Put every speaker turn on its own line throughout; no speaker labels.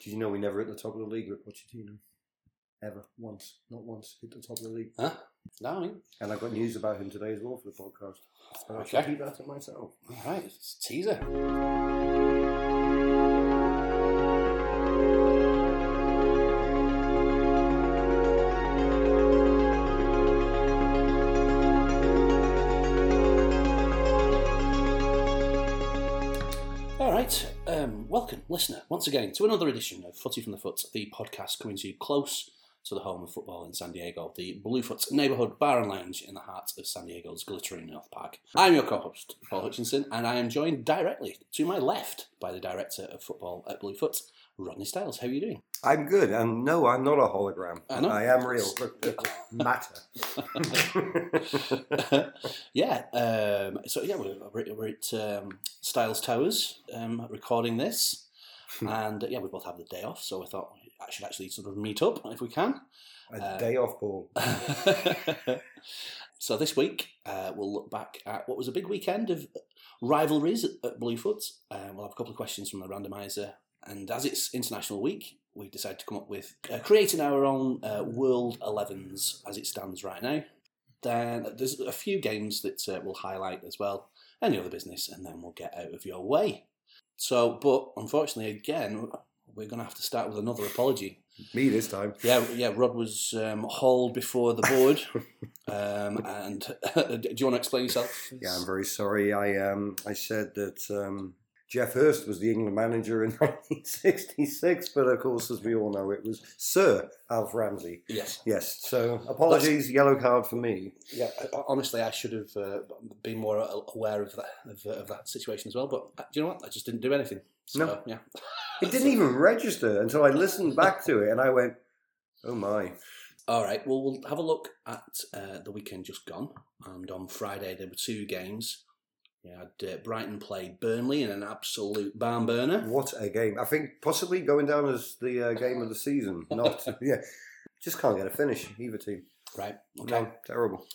Did you know we never hit the top of the league with Pochettino? Ever. Once. Not once. Hit the top of the league.
Huh? No, I mean,
And I got news about him today as well for the podcast. So I
Okay.
should keep that to myself.
all right, it's a teaser. All right, um, welcome, listener, once again to another edition of Footy from the Foot, the podcast coming to you close to the home of football in San Diego, the Bluefoot neighborhood bar and lounge in the heart of San Diego's glittering North Park. I'm your co-host, Paul Hutchinson, and I am joined directly to my left by the director of football at Bluefoot, Rodney Styles. How are you doing?
I'm good. And no, I'm not a hologram.
I know.
I am real. Look, it doesn't matter.
yeah, um, so yeah, we're, we're, we're at um, Styles Towers um, recording this, and uh, yeah, we both have the day off, so I thought I should actually sort of meet up if we can.
a
Uh,
day off, Paul.
so this week uh, we'll look back at what was a big weekend of rivalries at, at Bluefoot. Uh, we'll have a couple of questions from the randomizer, and as it's International Week, we decided to come up with uh, creating our own uh, World Elevens as it stands right now. Then there's a few games that uh, we'll highlight as well, any other business, and then we'll get out of your way. So, but unfortunately, again, we're going to have to start with another apology.
Me this time.
Yeah, yeah. Rod was um, hauled before the board, um, and do you want to explain yourself?
Yeah, I'm very sorry. I um, I said that um, Jeff Hurst was the England manager in 1966, but of course, as we all know, it was Sir Alf Ramsey.
Yes,
Yes. So apologies, yellow card for me.
yeah. I- Honestly, I should have uh, been more a- aware of that of, of that situation as well. But uh, do you know what? I just didn't do anything. So,
No.
Yeah.
It didn't even register until I listened back to it, and I went, "Oh my!"
All right. Well, we'll have a look at uh, the weekend just gone, and on Friday there were two games. We had uh, Brighton play Burnley in an absolute barn burner.
What a game! I think possibly going down as the uh, game of the season. Not yeah. Just can't get a finish either team.
Right. Okay.
No, terrible.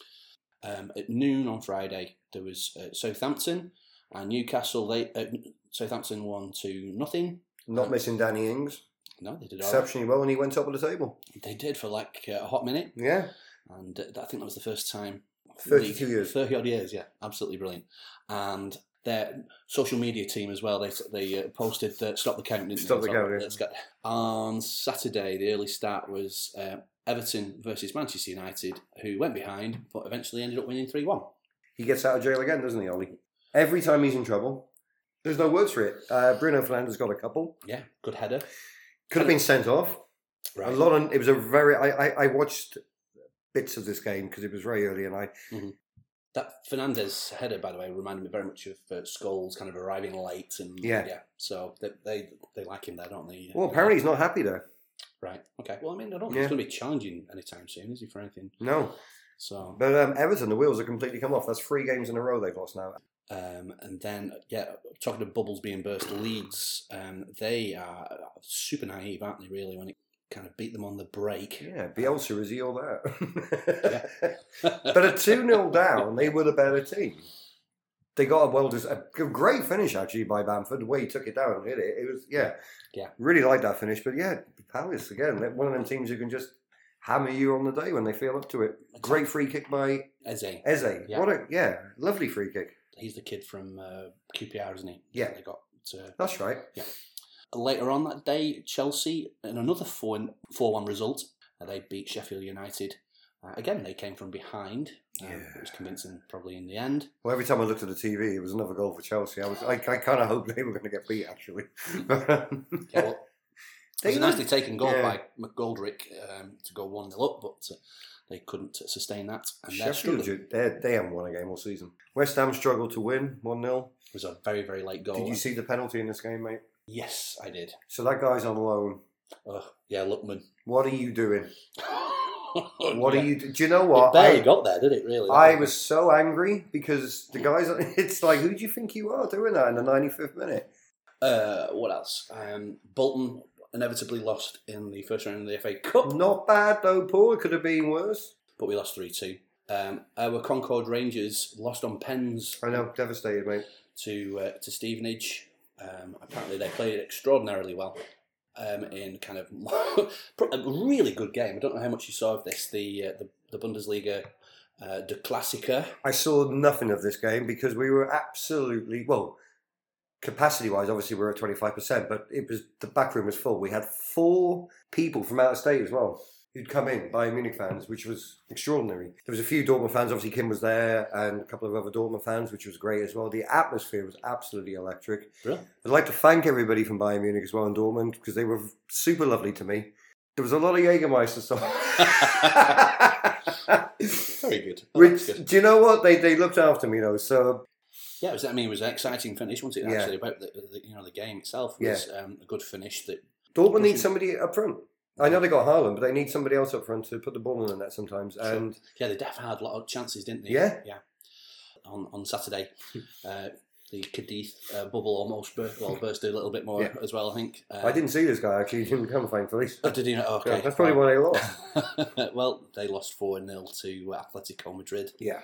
um, at noon on Friday. There was uh, Southampton and Newcastle. They uh, Southampton won to nothing.
Not missing Danny Ings
No, they did all right.
exceptionally well, and he went top of the table.
They did for like uh, a hot minute,
Yeah,
and uh, I think that was the first time.
32
league-
years.
Thirty odd years, yeah, absolutely brilliant. And their social media team as well. They they uh, posted uh, stop the count. Didn't
Stop
they?
the
So
count, yeah.
Let's get on Saturday. The early start was. Uh, Everton versus Manchester United, who went behind but eventually ended up winning 3 1.
He gets out of jail again, doesn't he, Ollie? Every time he's in trouble, there's no words for it. Uh, Bruno Fernandez got a couple.
Yeah, good header.
Could have been sent off. A lot. Of, it was a very. I, I, I watched bits of this game because it was very early, and I
That Fernandez header, by the way, reminded me very much of uh, Scholes kind of arriving late and
Yeah.
So they, they they like him there, don't they?
well, apparently he's not happy there.
right. Okay. Well, I mean, I don't think
Yeah.
he's going to be challenging anytime soon, is he, for anything?
No,
So,
but um, Everton, the wheels have completely come off. That's three games in a row they've lost now.
um, and then yeah, talking of bubbles being burst, Leeds, um, they are super naive, aren't they? Really, when it kind of beat them on the break.
Yeah, Bielsa is he all that? but a two 0 down, they were the better team. They got a well des- a g- great finish actually by Bamford. The way he took it down and hit it, it was yeah,
Yeah.
Really like that finish, but yeah, Palace again. they're One of them teams who can just hammer you on the day when they feel up to it. Great free kick by
Eze,
Eze.
Yeah.
What a yeah, lovely free kick.
he's the kid from uh, QPR, isn't he?
Yeah.
They got uh,
That's right.
Later on that day, Chelsea in another 4 1 result, uh, they beat Sheffield United. Uh, again, they came from behind. Um,
Yeah.
It was convincing, probably in the end.
Well, every time I looked at the TV, it was another goal for Chelsea. I was I, I kind of hoped they were going to get beat actually. But, um,
Yeah, well, it was a
They-
nicely taken goal
Yeah.
by McGoldrick um, to go 1 0 up, but uh, they couldn't sustain that. And their
Sheffield,
struggle
they they haven't won a game all season. West Ham struggled to win one 0
was a very, very late goal.
Did you see the penalty in this game, mate?
Yes, I did.
So that guy's on loan.
Ugh, yeah, Lookman.
What are you doing? What are you? Do do you know
It
what?
Oh, barely
I,
got there, did it, really?
I was so angry because the guys. It's like, who do you think you are doing that in the 95th minute?
Uh, what else? Um, Bolton inevitably lost in the first round of the FA Cup,
Not bad though, Paul. It could have been worse.
but we lost 3 2. Um, our Concord Rangers lost on pens
I know, devastated, mate.
to uh, to Stevenage. Um, apparently, they played extraordinarily well. um, in kind of a really good game. I don't know how much you saw of this. The uh, the, the Bundesliga uh, De Klassiker.
I saw nothing of this game because we were absolutely well capacity wise. Obviously, we were at twenty five percent, but it was the back room was full. We had four people from out of state as well who'd come in, Bayern Munich fans, which was extraordinary. There was a few Dortmund fans, obviously Kim was there, and a couple of other Dortmund fans, which was great as well. The atmosphere was absolutely electric.
Brilliant.
I'd like to thank everybody from Bayern Munich as well and Dortmund because they were super lovely to me. There was a lot of Jägermeister stuff.
Very good. Oh,
Which,
that's good.
do you know what? They, they looked after me though, so
Yeah, it was, I mean, it was an exciting finish, wasn't it?
Yeah.
Actually, about the, the you know the game itself was um, a good finish. That
Dortmund need somebody up front. I know they got Haaland, but they need somebody else up front to put the ball in the net sometimes.
Sure.
And
yeah, they def had a lot of chances, didn't they?
Yeah.
yeah. On on Saturday, uh, the Cadiz uh, bubble almost burst, well burst a little bit more
Yeah.
as well. I think uh,
I didn't see this guy actually. He didn't come, thankfully.
Oh, did you know? Okay,
Yeah, that's probably why they lost.
well, they lost 4 0 to Atletico Madrid.
yeah.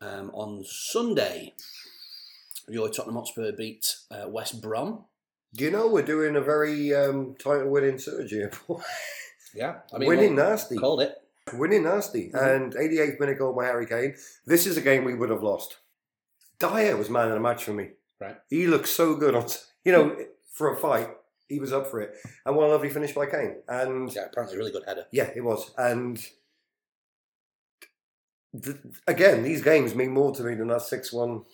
Um, on Sunday, your Tottenham Hotspur beat uh, West Brom.
Do you know we're doing a very um, title winning surge here? Paul?
Yeah.
winning
well,
nasty.
Called it.
Winning nasty.
Mhm.
And 88th minute goal by Harry Kane. This is a game we would have lost. Dyer was man of the match for me.
Right.
He looked so good on, you know, for a fight. He was up for it. And what a lovely finish by Kane. And
Yeah, apparently a really good header.
yeah, it was. And th- again, these games mean more to me than that 6 1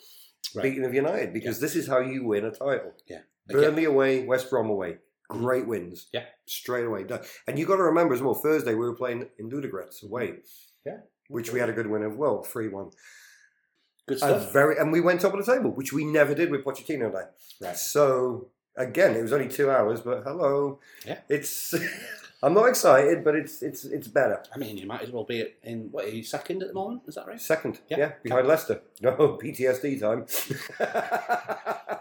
Right.
beating of United because this is how you win a title.
Again,
Burnley away, West Brom away. Great wins.
Mm-hmm. Yeah.
Straight away done. And you got to remember as well, Thursday we were playing in Ludogorets away.
Mm-hmm. Yeah.
Which we had a good win as well, 3 1.
good
A
stuff.
very and we went top of the table, which we never did with Pochettino there.
Right.
So again, it was only two hours, but hello.
Yeah.
It's I'm not excited, but it's it's it's better.
I mean, you might as well be in, what, are you second at the moment? Is that right?
Second,
Yeah.
yeah, behind Leicester. No PTSD time.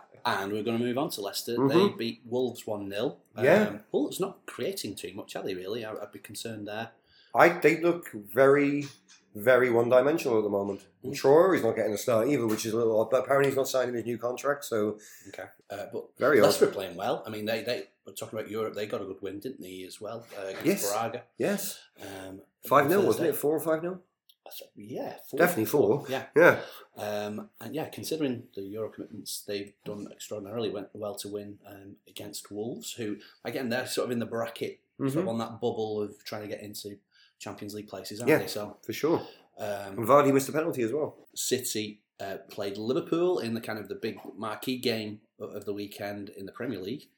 And we're going to move on to Leicester. They
Mhm.
beat Wolves 1 0.
Yeah.
Wolves not creating too much, are they, really? I, I'd be concerned there.
I they look very, very one-dimensional at the moment. And
Mm.
Troyer is not getting a start either, which is a little odd. But apparently he's not signing his new contract, so
Okay. Uh, but
very odd.
Leicester were playing well. I mean, they they were talking about Europe. They got a good win, didn't they, as well uh, against
Yes.
Braga?
Yes,
Um,
five 0
Thursday.
wasn't it? Four or five 0
I said, Yeah, four.
Definitely four.
Yeah,
Yeah.
um, and yeah, considering the Euro commitments, they've done extraordinarily we- well to win um, against Wolves, who again they're sort of in the bracket, sort
Mhm.
of on that bubble of trying to get into Champions League places, aren't
Yeah.
they? So
For sure. And
um,
Vardy missed a penalty as well.
City uh, played Liverpool in the kind of the big marquee game o- of the weekend in the Premier League.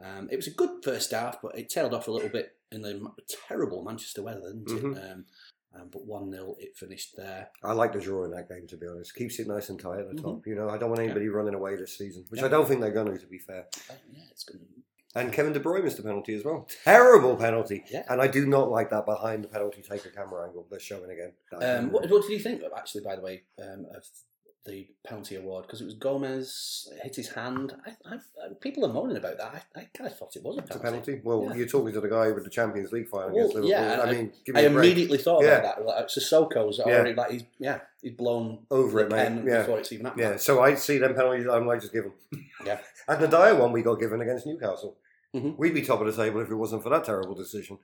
Um, it was a good first half, but it tailed off a little bit in the m- terrible Manchester weather, didn't it?
Mhm.
Um, um, but 1 0, it finished there.
I like the draw in that game, to be honest. Keeps it nice and tight at the
Mhm.
top. You know, I don't want
Yeah.
anybody running away this season, which
Yeah.
I don't think they're going to, to be fair.
Uh, yeah, it's going to.
And Kevin De Bruyne missed a penalty as well. Terrible penalty.
Yeah.
And I do not like that behind the penalty taker camera angle they're showing again.
Um, what, what did you think, of, actually, by the way, um, of the penalty award? Because it was Gomez hit his hand. I, I, I, people are moaning about that. I, I kind of thought it was a
It's a
penalty.
penalty. Well,
Yeah.
you're talking to the guy with the Champions League final
Well,
against Liverpool.
yeah,
I mean, give me
I
a break.
immediately thought
Yeah.
about that. Like, Sissoko's already like he's yeah he's blown
Over it,
the
mate.
pen
Yeah.
before it's even happened.
Yeah, so I see them penalties. I'm like, just give them.
Yeah.
and the dire one we got given against Newcastle.
Mhm.
We'd be top of the table if it wasn't for that terrible decision.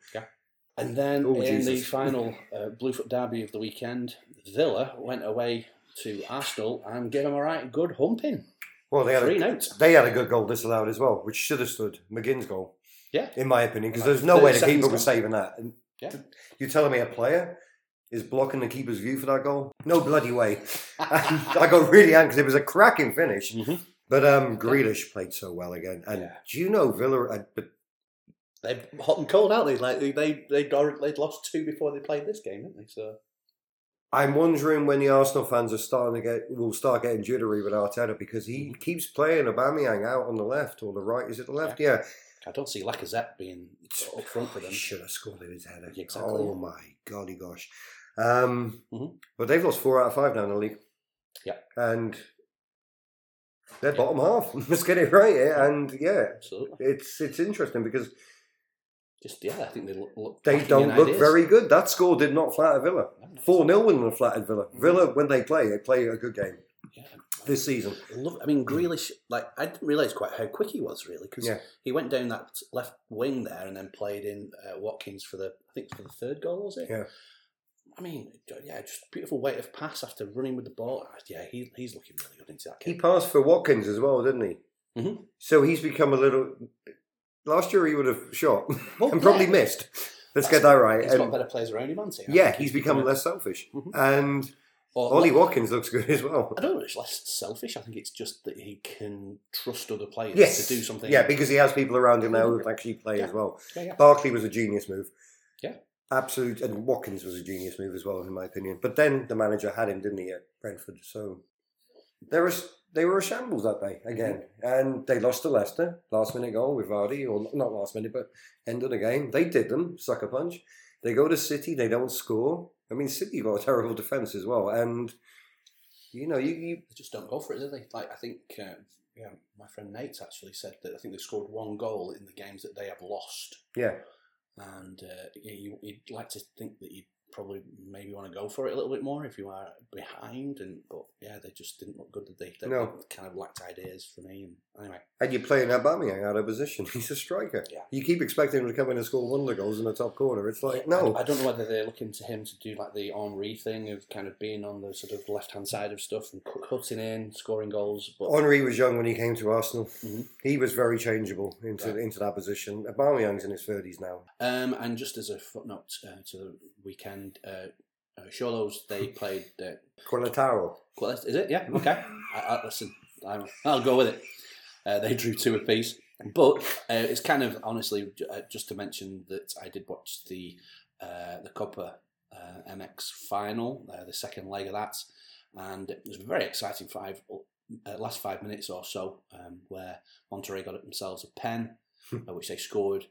And then
Oh,
in the
Jesus.
final uh, Bluefoot derby of the weekend, Villa went away to Arsenal and gave them a right good humping.
Well, they had
Three
a,
notes.
they had a good goal disallowed as well, which should have stood McGinn's goal.
Yeah.
in my opinion, because
Like
there's no way
30
the keeper
seconds
was
gone.
saving that. And
Yeah.
th- you're telling me a player is blocking the keeper's view for that goal? No bloody way! I got really angry because it was a cracking finish.
Mhm.
But um, Grealish played so well again, and
Yeah.
do you know Villa? uh, But
They're hot and cold, aren't they? Like they they they'd, already- they'd lost two before they played this game, didn't they? So
I'm wondering when the Arsenal fans are starting to get will start getting jittery with Arteta because
Mm.
he keeps playing Aubameyang out on the left or the right. Is it the left? Yeah,
I don't see Lacazette being up front for them.
He should have scored with his header.
Exactly,
Oh
yeah.
my golly gosh. Um,
Mhm.
But they've lost four out of five now in the league.
Yeah.
And they're bottom half. Let's get it right here. And yeah,
Absolutely.
it's it's interesting because
Just yeah, I think they look. look
they
lacking in
don't look
ideas.
very good. That score did not flatter Villa.
No, no. Mm-hmm.
4 0 wouldn't have flattered Villa. Villa, when they play, they play a good game.
Yeah.
this season.
Love, I mean, Grealish, like, I didn't realise quite how quick he was, really, because
Hmm. Yeah.
he went down that left wing there and then played in uh, Watkins for the, I think, it's for the third goal, was it?
Yeah.
I mean, yeah, just beautiful weight of pass after running with the ball. Ah, Yeah, he, he's looking really good into that
He
game.
passed for Watkins as well, didn't he?
Mhm.
So he's become a little. Last year he would have shot
Well,
and probably
yeah,
missed. Let's
That's-
get that right.
He's
And
got better players around him, hasn't he? I
yeah,
think
he's become
becoming-
less selfish.
Mhm.
And
or-
Ollie Watkins looks good as well.
I don't know. It's less selfish. I think it's just that he can trust other players
Yes,
to do something.
Yeah, because he has people around him now who can actually play
Yeah.
as well.
yeah, yeah.
Barkley was a genius move.
Yeah.
Absolute. And Watkins was a genius move as well, in my opinion. But then the manager had him, didn't he, at Brentford? So there was, they were a shambles that day again.
Mm-hmm.
And they lost to Leicester, last minute goal with Vardy, or not last minute, but end of the game. They did them, sucker punch. They go to City, they don't score. I mean, City got a terrible defence as well. And, you know, you, you
They just don't go for it, do they? Like I think, uh, yeah, my friend Nate actually said that I think they scored one goal in the games that they have lost,
yeah,
and uh, yeah, you, you'd like to think that you probably maybe want to go for it a little bit more if you are behind, and but yeah, they just didn't look good. Did they? They
No.
kind of lacked ideas for me. And anyway,
And you're playing Aubameyang out of position. He's a striker.
Yeah.
You keep expecting him to come in and score one of the goals in the top corner. It's like, no.
I, I don't know whether they're looking to him to do like the Henri thing of kind of being on the sort of left hand side of stuff and cu- cutting in, scoring goals. But
Henri was young when he came to Arsenal.
Mhm.
He was very changeable into
Right.
into that position. Aubameyang's in his thirties now.
um, and just as a footnote uh, to the weekend, uh, uh, Sholos they played. Uh,
Colataro.
well, that's- is it? Yeah. Okay. I, I, listen, I'm, I'll go with it. Uh, they drew two apiece, but uh, it's kind of honestly j- uh, just to mention that I did watch the uh, the Copa uh, MX final, uh, the second leg of that, and it was a very exciting five uh, last five minutes or so, um, where Monterey got themselves a pen,
Hmm.
uh, which they scored.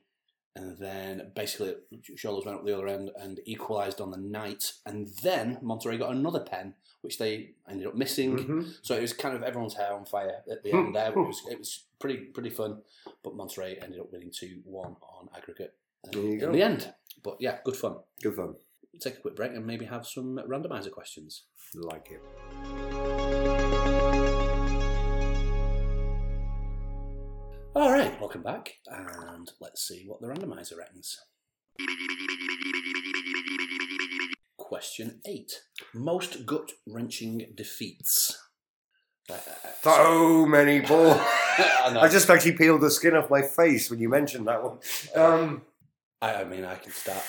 And then basically, Sholos went up the other end and equalised on the night. And then Monterey got another pen, which they ended up missing.
Mhm.
So it was kind of everyone's hair on fire at
Hmm.
the end there. It was it was pretty pretty fun, but Monterey ended up winning two one on aggregate uh,
There you
in
go.
the end. But yeah, good fun.
Good fun.
Take a quick break and maybe have some randomizer questions.
Like it.
All right, welcome back, and let's see what the randomizer reckons. Question eight: Most gut wrenching defeats. Right, uh, uh,
So many balls.
I know.
I just actually peeled the skin off my face when you mentioned that one. Um,
I, I mean, I can start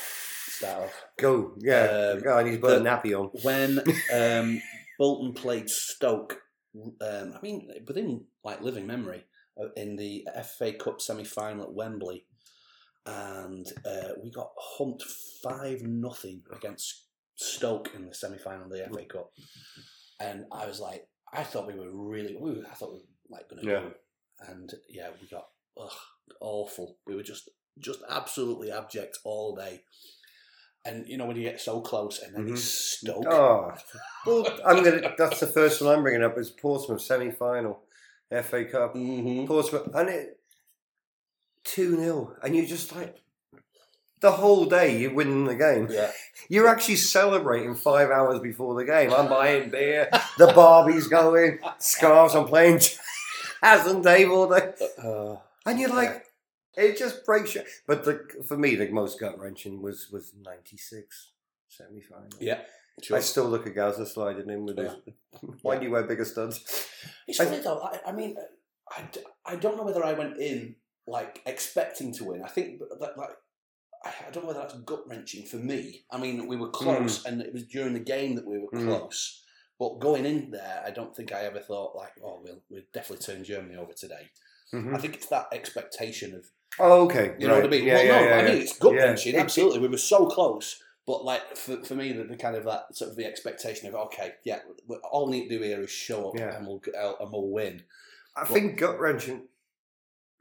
start off.
go. Yeah.
Um,
oh, I need to put a
the-
nappy on.
when um, Bolton played Stoke. Um, I mean, within like living memory, uh, in the FA Cup semi-final at Wembley, and uh, we got humped five nothing against Stoke in the semi-final of the FA Cup, and I was like, I thought we were really, we were, I thought we were like going to
Yeah.
go, and yeah, we got ugh, awful. We were just just absolutely abject all day. And you know when you get so close, and then it's Stoke.
Oh, well, I'm gonna. That's the first one I'm bringing up is Portsmouth semi-final, FA Cup.
Mhm.
Portsmouth, and it two 0 and you're just like the whole day you're winning the game.
Yeah.
You're actually celebrating five hours before the game. I'm buying beer, the Barbie's going, scarves. I'm playing jazz and Dave all day,
Uh,
and you're like, it just breaks you. But the, for me, the most gut wrenching was was '96 semi-final.
yeah.
I
Sure.
still look at Gaza sliding in with his. Why do you wear bigger studs?
It's funny though. I, I mean, I, d- I don't know whether I went in like expecting to win. I think that like I I don't know whether that's gut wrenching for me. I mean, we were close, and it was during the game that we were
Mm.
close. But going in there, I don't think I ever thought like, oh, we'll we'll definitely turn Germany over today. I
Mhm.
think it's that expectation of
Oh, okay.
Mm-hmm. You know what I
right.
mean?
Yeah,
well,
yeah,
no,
yeah,
I
yeah.
mean it's gut
Yeah.
wrenching.
It-
Absolutely, we were so close. But like for, for me, the, the kind of that sort of the expectation of okay, yeah, we- all we need to do here is show up
Yeah.
and we'll get out and we'll win.
I think gut wrenching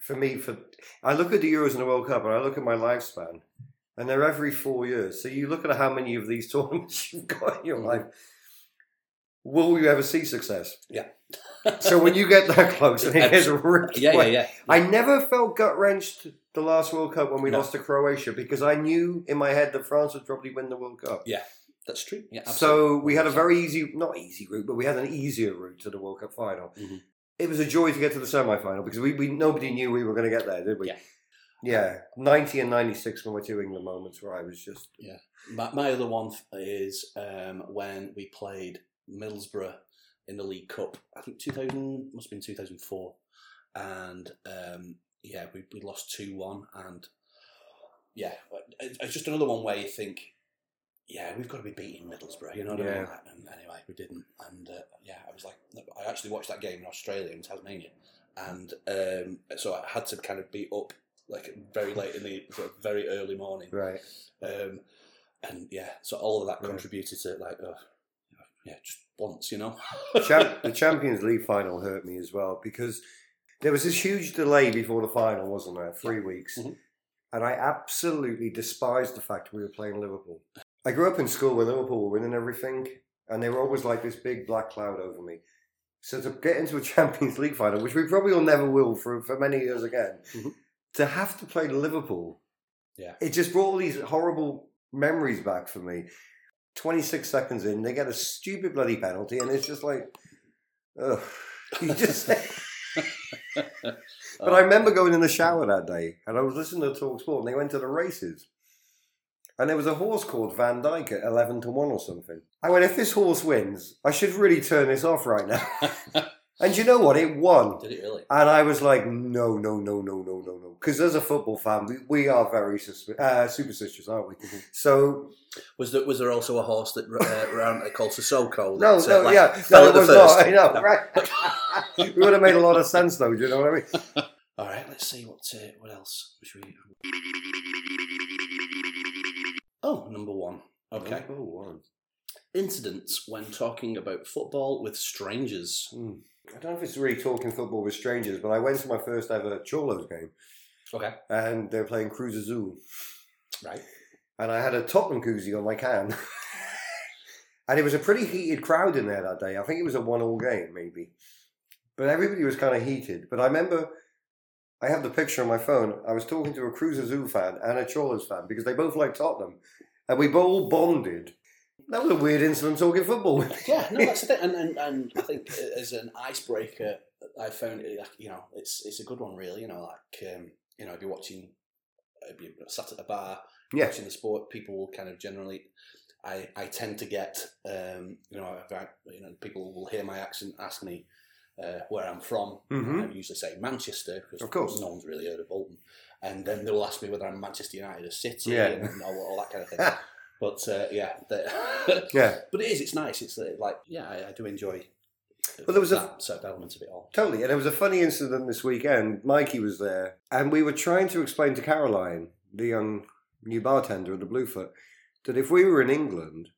for me. For I look at the Euros and the World Cup, and I look at my lifespan, and they're every four years. So you look at how many of these tournaments you've got in your
Mhm.
life. Will you ever see success?
Yeah.
so when you get that close, and it gets ripped
Yeah, yeah,
away.
yeah.
I never felt gut wrenched the last World Cup when we
No.
lost to Croatia because I knew in my head that France would probably win the World Cup.
Yeah. That's true. Yeah,
So
absolutely.
we had a very easy, not easy route, but we had an easier route to the World Cup final.
Mhm.
It was a joy to get to the semi final because we, we nobody knew we were going to get there, did we?
Yeah.
Yeah. 90 and 96 when we're two England moments where I was just.
My, my other one is um, when we played Middlesbrough in the League Cup. I think 2000 must have been 2004, and um, yeah, we, we lost two one, and yeah, it's it's just another one where you think, yeah, we've got to be beating Middlesbrough, you know what I mean?
Yeah.
And anyway, we didn't, and uh, yeah, I was like, I actually watched that game in Australia in Tasmania, and um, so I had to kind of be up like very late in the sort of very early morning.
Right.
Um, and yeah, so all of that
Yeah.
contributed to like, uh, yeah, just once, you know.
Champ- the Champions League final hurt me as well because there was this huge delay before the final, wasn't there? Three weeks.
Mhm.
And I absolutely despised the fact we were playing Liverpool. I grew up in school where Liverpool were winning everything, and they were always like this big black cloud over me. So to get into a Champions League final, which we probably will never will for, for many years again,
Mhm.
to have to play Liverpool,
Yeah.
it just brought all these horrible memories back for me. 26 seconds in, they get a stupid bloody penalty, and it's just like, ugh. You just,
oh,
but I remember going in the shower that day, and I was listening to Talk Sport, and they went to the races. And there was a horse called Van Dyke at 11 to 1 or something. I went, if this horse wins, I should really turn this off right now. and you know what? It won.
Did it really?
And I was like, no, no, no, no, no, no, no. Because as a football fan, we, we are very suspi- uh, superstitious, aren't we?
Mhm.
So,
Was there was there also a horse that uh, around that called Sissoko?
no,
that, uh,
no,
like,
yeah.
fell
No,
at
it
the
was
first.
not. I know,
No.
right? we would have made a lot of sense, though. Do you know what I mean?
All right, let's see what uh, what else should we. Oh, number one. Okay.
Oh, wow.
Incidents when talking about football with strangers.
Hmm. I don't know if it's really talking football with strangers, but I went to my first ever Chorlos game,
Okay.
and they were playing Cruz Azul,
Right.
and I had a Tottenham koozie on my can. and it was a pretty heated crowd in there that day. I think it was a one-all game, maybe. But everybody was kind of heated. But I remember, I have the picture on my phone. I was talking to a Cruz Azul fan and a Chorlos fan because they both like Tottenham, and we all bonded. That was a weird incident talking football.
Yeah, no, that's the thing, and, and, and I think uh, as an icebreaker, I found it like you know it's it's a good one really. You know, like um, you know if you're watching, if you sat at a bar
yeah,
watching the sport, people will kind of generally. I, I tend to get um, you know if I, you know people will hear my accent ask me uh, where I'm from.
Mhm.
I usually say Manchester because
Of course.
no one's really heard of Bolton, and then they'll ask me whether I'm Manchester United or City
Yeah.
and all, all that kind of thing. but uh, yeah, the-
yeah.
but it is. It's nice. It's uh, like yeah, I, I do enjoy.
Well, there was a-
that sort of element of it all.
Totally. And there was a funny incident this weekend. Mikey was there, and we were trying to explain to Caroline, the young new bartender at the Bluefoot, that if we were in England,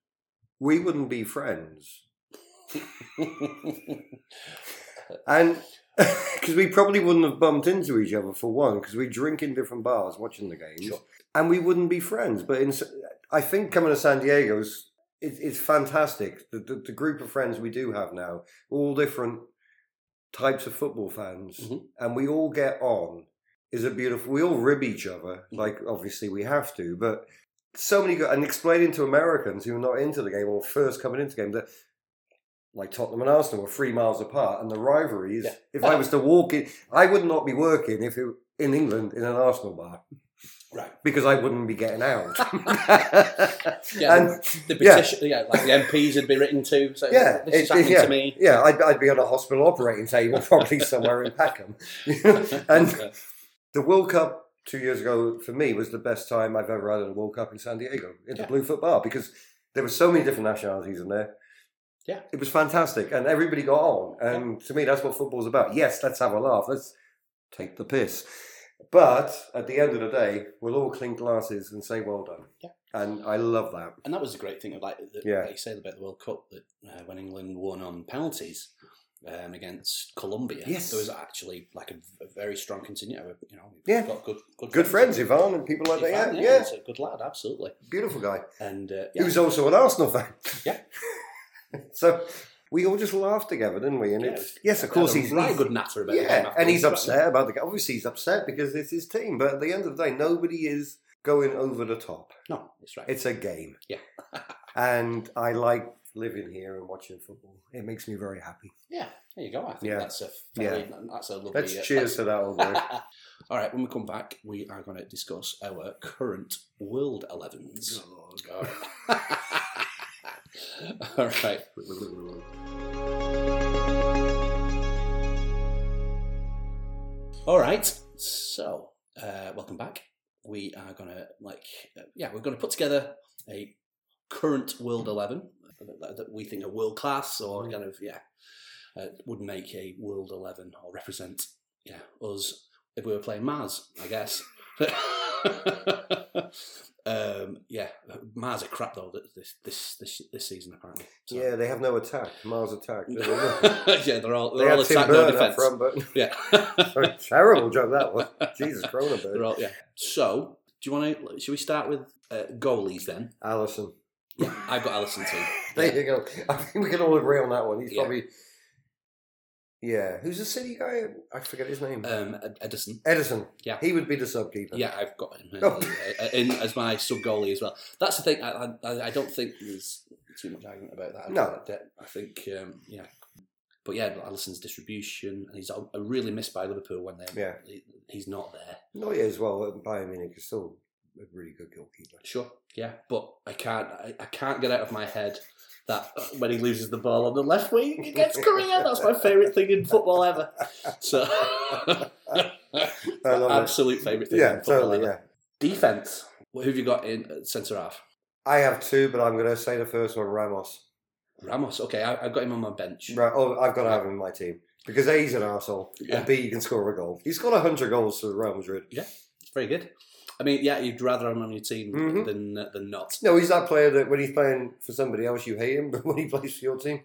we wouldn't be friends. And because we probably wouldn't have bumped into each other for one, because we drink in different bars watching the games,
Sure.
and we wouldn't be friends. But in, S- I think coming to San Diego's, it, it's fantastic. The, the, the group of friends we do have now, all different types of football fans,
Mhm.
and we all get on. Is a beautiful. We all rib each other, like obviously we have to, but so many good. And explaining to Americans who are not into the game or first coming into the game that like Tottenham and Arsenal were three miles apart, and the rivalries.
Yeah.
If I was to walk in, I would not be working if it, in England in an Arsenal bar
right.
because I wouldn't be getting out.
Yeah,
and
The
yeah.
petition, yeah. like the MPs would be written to. So
Yeah,
this is
it- it-
happening to me.
yeah, I'd, I'd be on a hospital operating table probably somewhere in Peckham. and the World Cup two years ago for me was the best time I've ever had at a World Cup in San Diego in
Yeah.
the Bluefoot Bar because there were so many different nationalities in there.
Yeah.
it was fantastic, and everybody got on. And to me, that's what football's about. Yes, let's have a laugh. Let's take the piss. But at the end of the day, we'll all clink glasses and say well done.
Yeah.
And I love that.
and that was the great thing of like, the,
Yeah.
like you said about the World Cup that uh, when England won on penalties um, against Colombia,
Yes.
there was actually like a, a very strong continue. You know, we've
Yeah.
got good, good,
Good friends, Ivan, and people like that. Yeah,
Ivan,
yeah.
he's a good lad, absolutely.
Beautiful guy.
And uh,
He
yeah,
was also an Arsenal fan.
Yeah.
so we all just laughed together, didn't we? And
Yeah,
it's yes, of course
had a
he's
right
he's-
good natter about the game
Yeah, and he's
afterwards, right?
upset about the game. Obviously, he's upset because it's his team. But at the end of the day, nobody is going over the top.
No, it's right.
It's a game.
Yeah.
and I like living here and watching football. It makes me very happy.
Yeah, there you go. I think
Yeah.
that's a fairly, that's a lovely.
Let's
uh,
cheers to that, old boy.
All right, when we come back, we are going to discuss our current world 11s. All right. All right. All right. So, uh, welcome back. We are going to, like, uh, yeah, we're going to put together a current world 11 that, that we think are world class
Mm.
or kind of, yeah, uh, would make a world 11 or represent, yeah, us if we were playing Mars, I guess. um, yeah, Mars are crap though th- this this this, this season apparently. So-
yeah, they have no attack. Mars attack. do they?
yeah, they're all
They
they're all
had Tim
attack, no
Burton up
defense.
front, but
Yeah.
Oh, terrible job that was. Jesus
They're
Cronenberg.
all- yeah. So, do you want to? Should we start with uh, goalies then?
Allison.
Yeah, I've got Allison too.
There
Yeah.
you go. I think we can all agree on that one. He's
Yeah.
probably. Yeah. Who's the city guy? I forget his name.
Um, Ed- Edison.
Edison.
yeah.
He would be the sub keeper.
Yeah, I've got him uh,
Oh.
uh, in as my sub goalie as well. That's the thing. I, I I don't think there's too much argument about that.
No.
I think um, yeah, but yeah, Allison's distribution and he's a- a really missed by Liverpool when they
Yeah.
he- he's not there.
Not yet as well. but Bayern Munich is still a really good goalkeeper.
Sure, yeah, but I can't I, I can't get out of my head that uh, when he loses the ball on the left wing against Korea, that's my favourite thing in football ever. So
I love it.
absolute favourite thing.
Uh, Yeah,
in football
totally.
ever.
Yeah.
Defense. Who have you got in uh, centre half?
I have two, but I'm going to say the first one, Ramos.
Ramos. Okay, I, I've got him on my bench.
Right. Oh, I've got to have him in my team because A, he's an arsehole,
Yeah.
and B, he can score a goal. He's got 100 goals for Real Madrid.
It's very good. I mean, yeah, you'd rather have him on your team
Mhm.
than uh, than not.
No, he's that player that when he's playing for somebody else, you hate him, but when he plays for your team,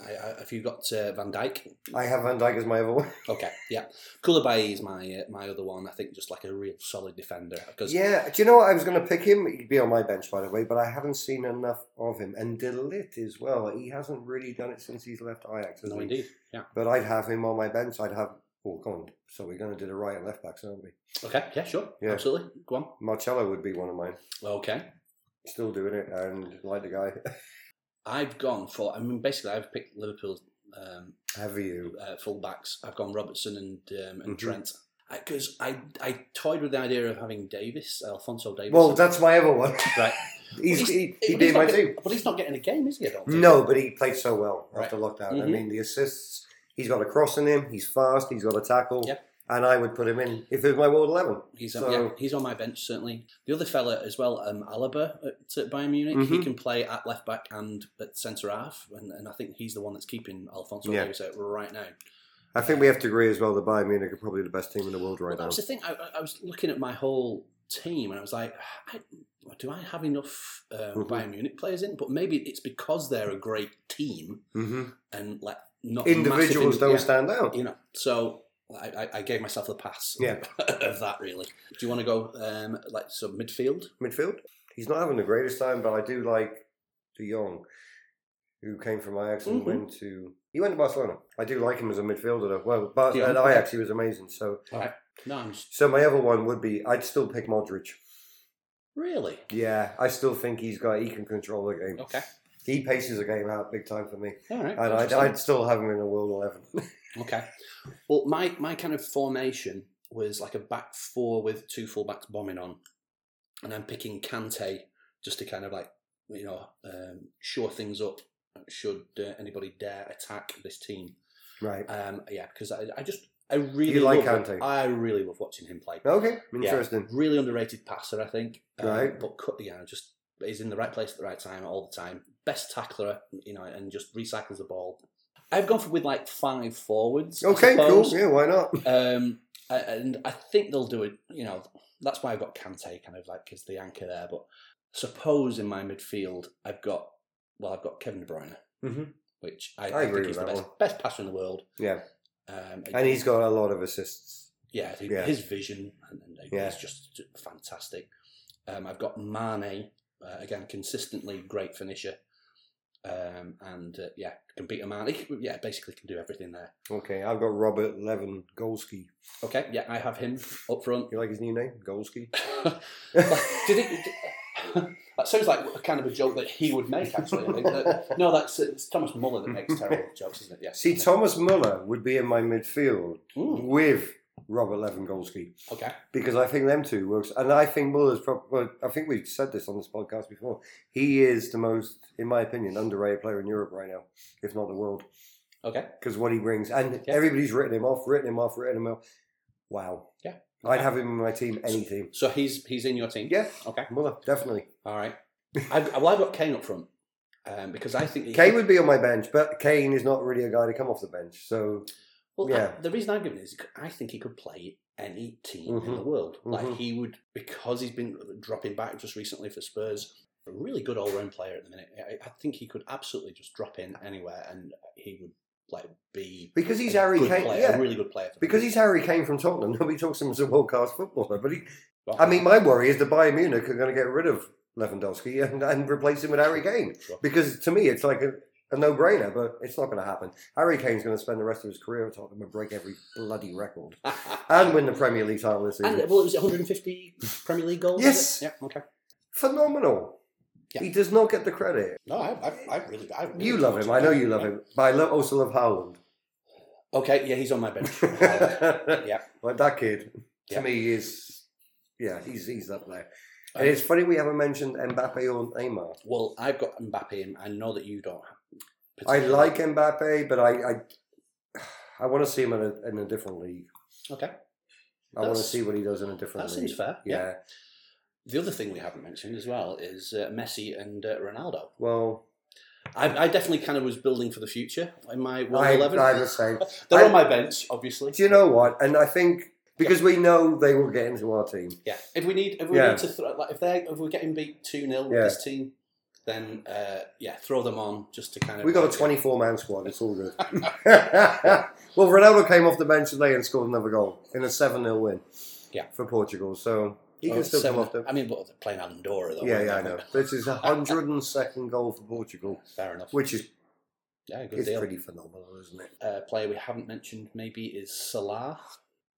I, I, if you've got uh, Van Dyke,
I have Van Dijk as my other one.
okay, yeah, Koulibaly is my uh, my other one. I think just like a real solid defender because
Yeah, do you know what? I was going to pick him. He'd be on my bench, by the way, but I haven't seen enough of him. And Delit as well. He hasn't really done it since he's left Ajax. has
no,
he?
indeed, yeah,
But I'd have him on my bench. I'd have. Oh, go on. So we're going to do the right and left backs, aren't we?
okay, yeah, sure,
Yeah.
absolutely, go on,
Marcello would be one of mine.
okay.
Still doing it and like the guy.
I've gone for. I mean, basically, I've picked Liverpool um,
have you?
uh, fullbacks. I've gone Robertson and um, and
Mhm.
Trent because I, I toyed with the idea of having Davis, Alfonso Davis.
Well, that's my other one.
right.
He's,
He's-
he,
But
he
he's
did
not
my
getting-
team.
But he's not getting a game, is he? I don't think?
No, but he played so well
Right.
after lockdown. I
Mhm.
mean, the assists. He's got a cross in him. He's fast. He's got a tackle.
Yeah.
And I would put him in if it was my world eleven.
He's
So-
on, yeah, he's on my bench certainly. The other fella as well, um, Alaba at, at Bayern Munich. He
Mhm.
can play at left back and at centre half, and, and I think he's the one that's keeping Alfonso
Yeah.
Davies out right now.
I think we have to agree as well that Bayern Munich are probably the best team in the world right
Well, that
now.
was the thing. I, I- I was looking at my whole team and I was like, I, do I have enough um,
Mhm.
Bayern Munich players in? But maybe it's because they're a great team
hmm
and like not
Individuals
massive-
don't
yeah,
stand out.
you know. So I, I- I gave myself a pass
Yeah.
of that really. Do you want to go um, like so midfield?
Midfield. He's not having the greatest time, but I do like De Jong, who came from Ajax and
Mhm.
went to he went to Barcelona. I do like him as a midfielder. though. Well, but
De
at
Jong,
Ajax he was amazing. So,
No, I'm just,
so my other one would be I'd still pick Modric.
really
Yeah, I still think he's got he can control the game.
okay.
He paces the game out big time for me,
All right.
and I'd,
Interesting.
I'd still have him in a world eleven.
Okay. Well, my my kind of formation was like a back four with two fullbacks bombing on, and I'm picking Kante just to kind of like you know um, shore things up. Should uh, anybody dare attack this team?
right.
Um, yeah, because I, I just I really
You like
love,
Kante?
I really love watching him play.
Okay.
Yeah.
Interesting.
Really underrated passer, I think. Um,
Right.
But cut, you know, just is in the right place at the right time all the time. Best tackler, you know, and just recycles the ball. I've gone for with like five forwards. I
Okay. Cool.
suppose.
Yeah. Why not?
Um, a- and I think they'll do it. You know, that's why I've got Kante kind of like because the anchor there. But suppose in my midfield I've got well, I've got Kevin De Bruyne,
Mhm.
which I,
I
I
agree
think is
with
the
that
best,
one.
best passer in the world.
Yeah.
Um,
And he's got a lot of assists.
yeah, he-
yeah.
his vision and, and
Yeah.
he's just fantastic. Um, I've got Mane uh, again, consistently great finisher. Um, and uh, yeah, can beat a man. Yeah, basically can do everything there.
Okay. I've got Robert Levin Golski.
Okay, yeah, I have him up front.
You like his new name, Golski?
Like, did it? that sounds like a kind of a joke that he would make, actually. I think that, no, that's it's Thomas Muller that makes terrible jokes, isn't it? Yes.
See, Thomas Muller would be in my midfield
Ooh,
with Robert Lewandowski
okay.
because I think them two works, and I think Muller's probably. I think we've said this on this podcast before. He is the most, in my opinion, underrated player in Europe right now, if not the world,
Okay.
because what he brings, and
Yeah.
everybody's written him off, written him off, written him off. Wow.
Yeah.
I'd have him in my team, any team.
So he's he's in your team.
Yeah,
Okay.
Muller definitely.
All right. I've, well, I've got Kane up front um, because I think he-
Kane would be on my bench, but Kane is not really a guy to come off the bench. So
Well,
Yeah.
I- the reason I'm giving it is I think he could play any team in
Mhm.
the world. Like
Mhm.
he would because he's been dropping back just recently for Spurs. A really good all-round player at the minute. I, I think he could absolutely just drop in anywhere and he would like be.
because he's
a
Harry
good
Kane,
player,
yeah,
a really good player. For
Because he's Harry Kane from Tottenham, nobody talks him as a world class footballer. But he, I mean, my worry is that Bayern Munich are going to get rid of Lewandowski and, and replace him with Harry Kane. Because to me, it's like a, a no brainer, but it's not going to happen. Harry Kane's going to spend the rest of his career at Tottenham and break every bloody record and win the Premier League title this
And
season.
well, it was 150 Premier League goals. was
Yes.
it? Yeah. Okay.
Phenomenal.
Yeah.
He does not get the credit.
No, I, I, I really, I really
You love him. I know you love him. But I lo- also love Howland.
Okay. Yeah, he's on my bench. Uh, yeah.
Like that kid, to
Yeah.
me, is yeah, he's he's up there. And
Um,
it's funny we haven't mentioned Mbappe or Neymar.
Well, I've got Mbappe, and I know that you don't.
I like Mbappe, but I I, I want to see him in a, in a different league.
Okay,
I want to
That's-
see what he does in a different
that
league.
seems fair.
yeah.
The other thing we haven't mentioned as well is uh, Messi and uh, Ronaldo.
Well,
I, I definitely kind of was building for the future in my World
I,
Eleven.
I'm the same.
They're
I-
on my bench, obviously.
Do you know what? And I think because we know they will get into our team.
Yeah. If we need, if we
Yeah.
need to, throw, like, if they, are if we're getting beat two 0 with
Yeah.
this team, then uh, yeah, throw them on just to kind of.
We got a 24 man squad. It's all good. well, Ronaldo came off the bench today and scored another goal in a 7 0 win
Yeah.
for Portugal. So he
Oh,
can still
seven-
come off the.
I mean, but they're playing Andorra though.
Yeah,
aren't
yeah, I
they?
know. This is a 102nd goal for Portugal,
Fair enough.
which is
yeah, good
it's
deal.
pretty phenomenal, isn't it?
uh, player we haven't mentioned maybe is Salah.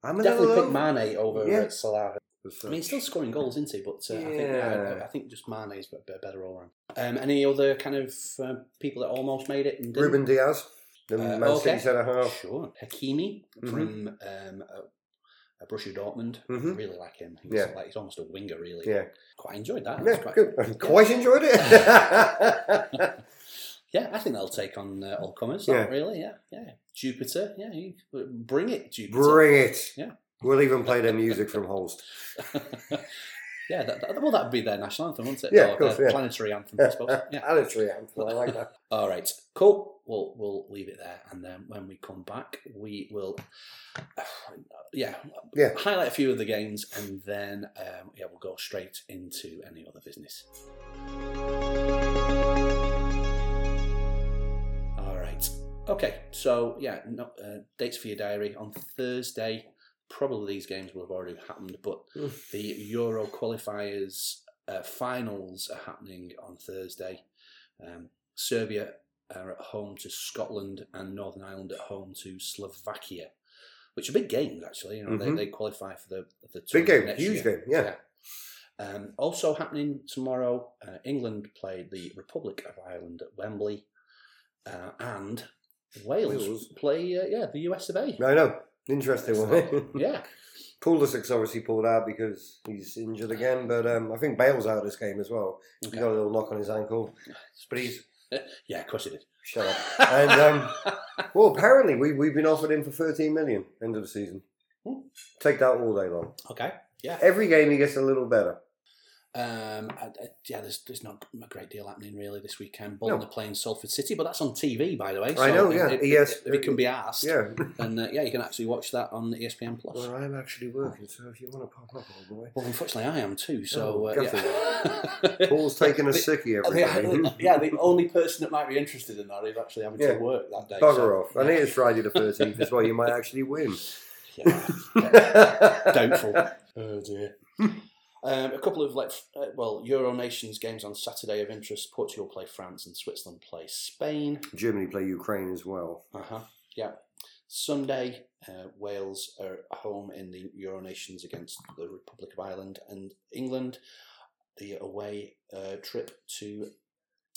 I'm a
Definitely
little
pick Mane over
Yeah.
uh, Salah. I
So-
mean, he's still scoring goals, isn't he? But uh, I think
Yeah.
I, I think just Mane is a bit better all round. Um, any other kind of uh, people that almost made it? And didn't?
Ruben Diaz, the
Uh,
Man City
okay.
centre half.
Sure, Hakimi
Mhm.
from um, uh, uh, Borussia Dortmund. I
Mhm.
really like him. He's,
Yeah.
like, he's almost a winger, really.
Yeah,
Quite enjoyed that.
yeah,
It's quite-
good. Quite enjoyed it.
Yeah, I think they'll take on uh, all comers.
Yeah.
that, Really, yeah, yeah. Jupiter, yeah, you, bring it, Jupiter.
Bring it.
Yeah.
We'll even play their music from Holst.
yeah, that, that, well, that'd be their national anthem, wouldn't it?
Yeah, of
Or
course,
their
yeah.
Planetary anthem, I suppose. Yeah.
And a tree anthem. I like that.
All right, cool. We'll we'll leave it there, and then when we come back, we will, yeah,
Yeah.
highlight a few of the games, and then um, yeah, we'll go straight into any other business. All right. Okay. So yeah, no, uh, dates for your diary on Thursday. Probably these games will have already happened, but
Mm.
the Euro qualifiers uh, finals are happening on Thursday. Um, Serbia are at home to Scotland and Northern Ireland at home to Slovakia, which are big games actually. You know,
Mhm.
they, they qualify for the the
Big
tournament
game,
next
huge
year.
game. Yeah.
Um, also happening tomorrow, uh, England play the Republic of Ireland at Wembley, uh, and Wales,
Wales.
play uh, yeah the US of A.
I know. Interesting one.
Yeah,
Pulisic obviously pulled out because he's injured again, but um, I think Bale's out of this game as well. He
Okay.
got a little knock on his ankle, but he's
yeah, of course it is.
shut up. And um, well, apparently we we've been offered him for thirteen million end of the season.
Hmm.
Take that all day long.
okay.
Every game he gets a little better.
Um, I, I- yeah, there's, there's not a great deal happening really this weekend.
No.
Bolton are playing Salford City, but that's on TV, by the way.
I know,
if-
yeah.
If,
ES
if it can be asked,
Yeah.
then uh, yeah, you can actually watch that on E ESPN Plus.
Well, I'm actually working, so if you want to pop up, old boy.
Well, unfortunately, I am too. So
Oh,
uh,
gutted.
yeah.
Paul's taking a
The-
sickie every
the,
day.
yeah, the only person that might be interested in that is actually having
Yeah.
to work that day. so-
Bugger off. And
yeah.
it is Friday the 13th, that's why you might actually win.
Yeah. Doubtful. oh dear. Um, a couple of like f- uh, well Euro Nations games on Saturday of interest. Portugal play France and Switzerland play Spain.
Germany play Ukraine as well.
Uh huh. Yeah. Sunday, uh, Wales are at home in the Euro Nations against the Republic of Ireland and England. the away uh, trip to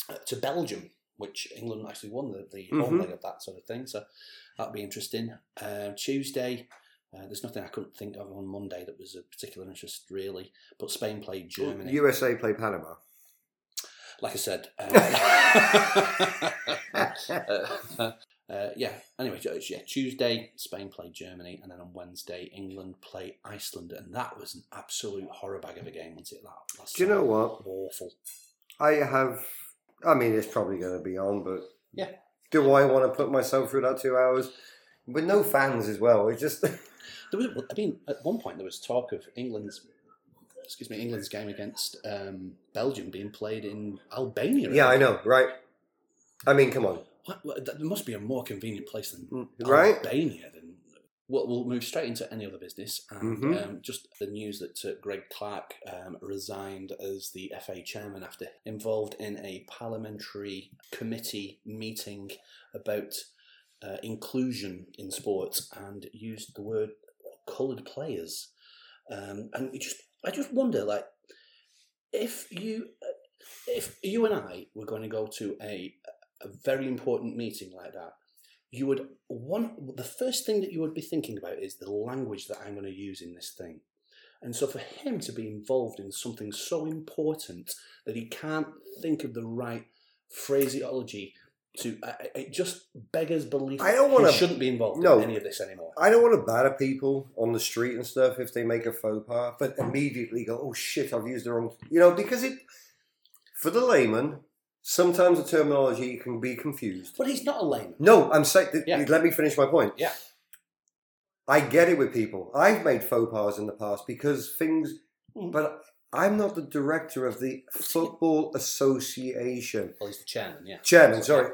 uh, to Belgium, which England actually won the, the home
Mhm.
leg of that sort of thing. So that'll be interesting. Um, Tuesday, uh, there's nothing I couldn't think of on Monday that was of particular interest, really. But Spain played Germany.
USA play Panama.
like I said. uh, Um, uh, uh, yeah. Anyway, so it's- yeah. Tuesday, Spain played Germany, and then on Wednesday, England play Iceland, and that was an absolute horror bag of a game, wasn't it? That last
Do you know
night?
what?
Awful.
I have. I mean, it's probably going to be on, but
Yeah.
Do I want to put myself through that two hours with no fans as well? It's just
There was, I mean, at one point there was talk of England's, excuse me, England's game against um, Belgium being played in Albania.
yeah, I know, right? I mean, come on,
What, what, there must be a more convenient place than
right?
Albania then. We'll, we'll move straight into any other business. And
Mhm.
um, just the news that uh, Greg Clark um, resigned as the FA chairman after involved in a parliamentary committee meeting about uh, inclusion in sports and used the word coloured players. Um, and you just, I just wonder, like, if you, if you and I were going to go to a a very important meeting like that, you would one the first thing that you would be thinking about is the language that I'm going to use in this thing. And so for him to be involved in something so important that he can't think of the right phraseology to I- I- it just beggars belief.
I don't
He
wanna-
shouldn't be involved
No.
in any of this anymore.
I don't want to batter people on the street and stuff if they make a faux pas, but immediately go, oh shit, I've used the wrong, you know, because it, for the layman, sometimes the terminology can be confused.
But he's not a layman.
No, I'm saying, th-
Yeah.
let me finish my point.
Yeah.
I get it with people. I've made faux pas in the past because things,
Mm.
but I'm not the director of the Football Association.
Well, he's the chairman, yeah.
Chairman, sorry.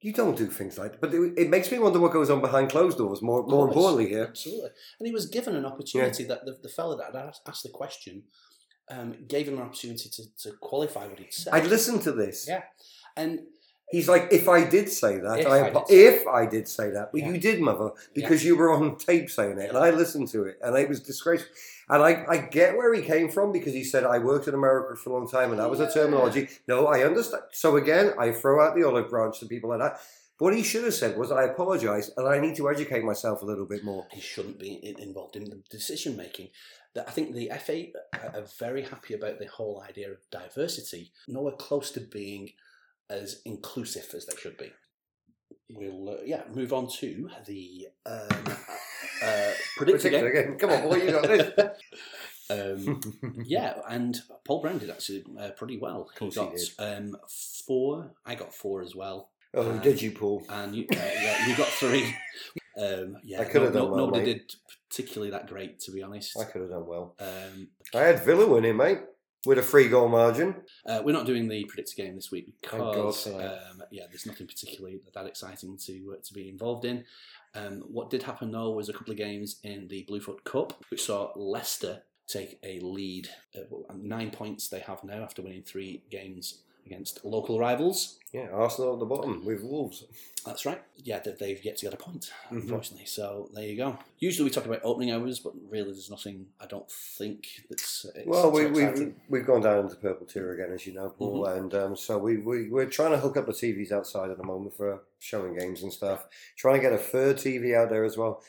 You don't do things like that, but it, it makes me wonder what goes on behind closed doors. More,
Of
more
course,
importantly, here,
Absolutely. And he was given an opportunity that the, the fella that had asked, asked the question um, gave him an opportunity to, to qualify what he'd said.
I listened to this.
Yeah. and
He's like, if I did say that,
If
I,
I
apo-
did say
if I did say that, but
Yeah.
you did, mother, because you were on tape saying it, and I listened to it, and it was disgraceful. And I, I get where he came from because he said I worked in America for a long time, and that was a
Yeah.
terminology. No, I understand. So again, I throw out the olive branch to people like that. What he should have said was, I apologise, and I need to educate myself a little bit more.
he shouldn't be in- involved in the decision making. That I think the FA are- are very happy about the whole idea of diversity, nowhere close to being as inclusive as they should be. We'll uh, yeah move on to the um, uh, predict
Particularly
again.
again, come on, what you got? Liz?
Um, yeah, and Paul Brown did actually uh, pretty well. He
course he
got
did.
um, four. I got four as well,
oh, did you, Paul?
and you, uh, yeah, you got three. Um, yeah,
I could have done well,
nobody
mate.
did particularly that great, to be honest.
I could have done well.
Um,
I had Villa winning, mate, with a free goal margin.
uh, we're not doing the predictor game this week
Oh, God
because
for that.
um, yeah, there's nothing particularly that exciting to uh, to be involved in. Um, what did happen though was a couple of games in the Bluefoot Cup, which saw Leicester take a lead, uh, well, nine points they have now after winning three games against local rivals.
Yeah, Arsenal at the bottom with Wolves.
That's right. Yeah, they- they've yet to get a point,
Mhm.
unfortunately. So there you go. Usually we talk about opening hours, but really there's nothing. I don't think that's uh, it's
Well, we,
so
we've,
exciting.
we've gone down into purple tier again, as you know, Paul,
Mm-hmm.
and um, so we, we we're trying to hook up the TVs outside at the moment for showing games and stuff. Trying to get a third TV out there as well.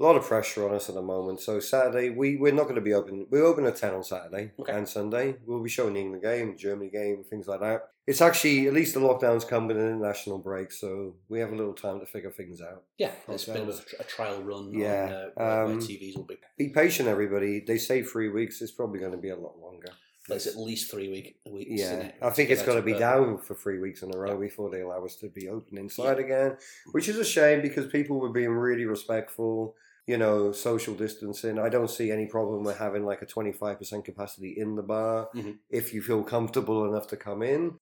A lot of pressure on us at the moment. So Saturday, we we're not going to be open. We're open at ten on Saturday
Okay.
and Sunday. We'll be showing the England game, Germany game, things like that. It's actually at least the lockdowns come with an international break, so we have a little time to figure things out.
yeah, it's a bit
hours.
of a, a trial run.
Yeah,
on, uh, where
um,
TVs will be.
Be patient, everybody. They say three weeks. It's probably going to be a lot longer.
There's at least three week weeks.
Yeah,
innit?
I think it's got to be
But-
down for three weeks in a row
Yeah.
before they allow us to be open inside again, which is a shame because people were being really respectful. You know, social distancing. I don't see any problem with having like a twenty-five percent capacity in the bar
Mhm.
if you feel comfortable enough to come in.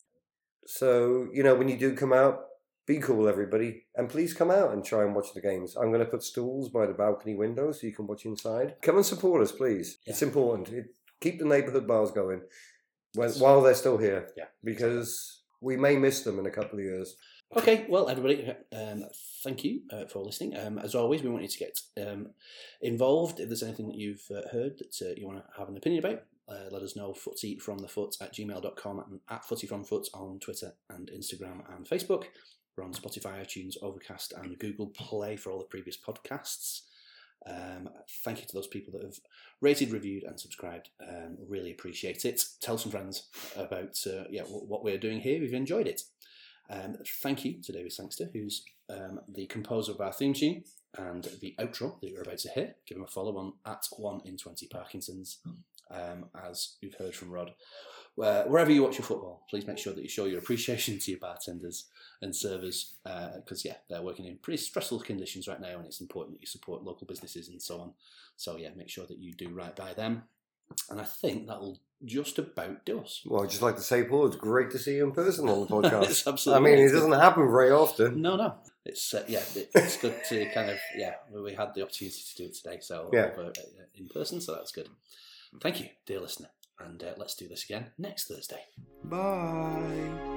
So you know, when you do come out, be cool, everybody, and please come out and try and watch the games. I'm going to put stools by the balcony window so you can watch inside. Come and support us, please. It's important. It, keep the neighbourhood bars going when, while they're still here.
Yeah.
Because we may miss them in a couple of years.
Okay, well, everybody, um, thank you uh, for listening. Um, as always, we want you to get um, involved. If there's anything that you've uh, heard that uh, you want to have an opinion about, uh, let us know footsie from the foot at gmail.com and at footy from foot on Twitter and Instagram and Facebook. We're on Spotify, iTunes, Overcast, and Google Play for all the previous podcasts. Um, thank you to those people that have rated, reviewed, and subscribed. Um, really appreciate it. Tell some friends about uh, yeah wh- what we're doing here. We've enjoyed it. Um, thank you to David Sangster, who's um, the composer of our theme tune and the outro that you're about to hear. Give him a follow on at one in twenty Parkinsons. Um, as you've heard from Rod, Where, wherever you watch your football, please make sure that you show your appreciation to your bartenders and servers because yeah, they're working in pretty stressful conditions right now, and it's important that you support local businesses and so on. So yeah, make sure that you do right by them. And I think that'll just about do us.
Well, I'd just like to say, Paul, it's great to see you in person on the podcast.
it's
I
absolutely.
mean, it doesn't happen very often.
No, no. It's uh, yeah, it, it's good to kind of yeah. we- We had the opportunity to do it today, so
Yeah.
over, uh, in person, so that's good. Thank you, dear listener, and uh, let's do this again next Thursday.
Bye.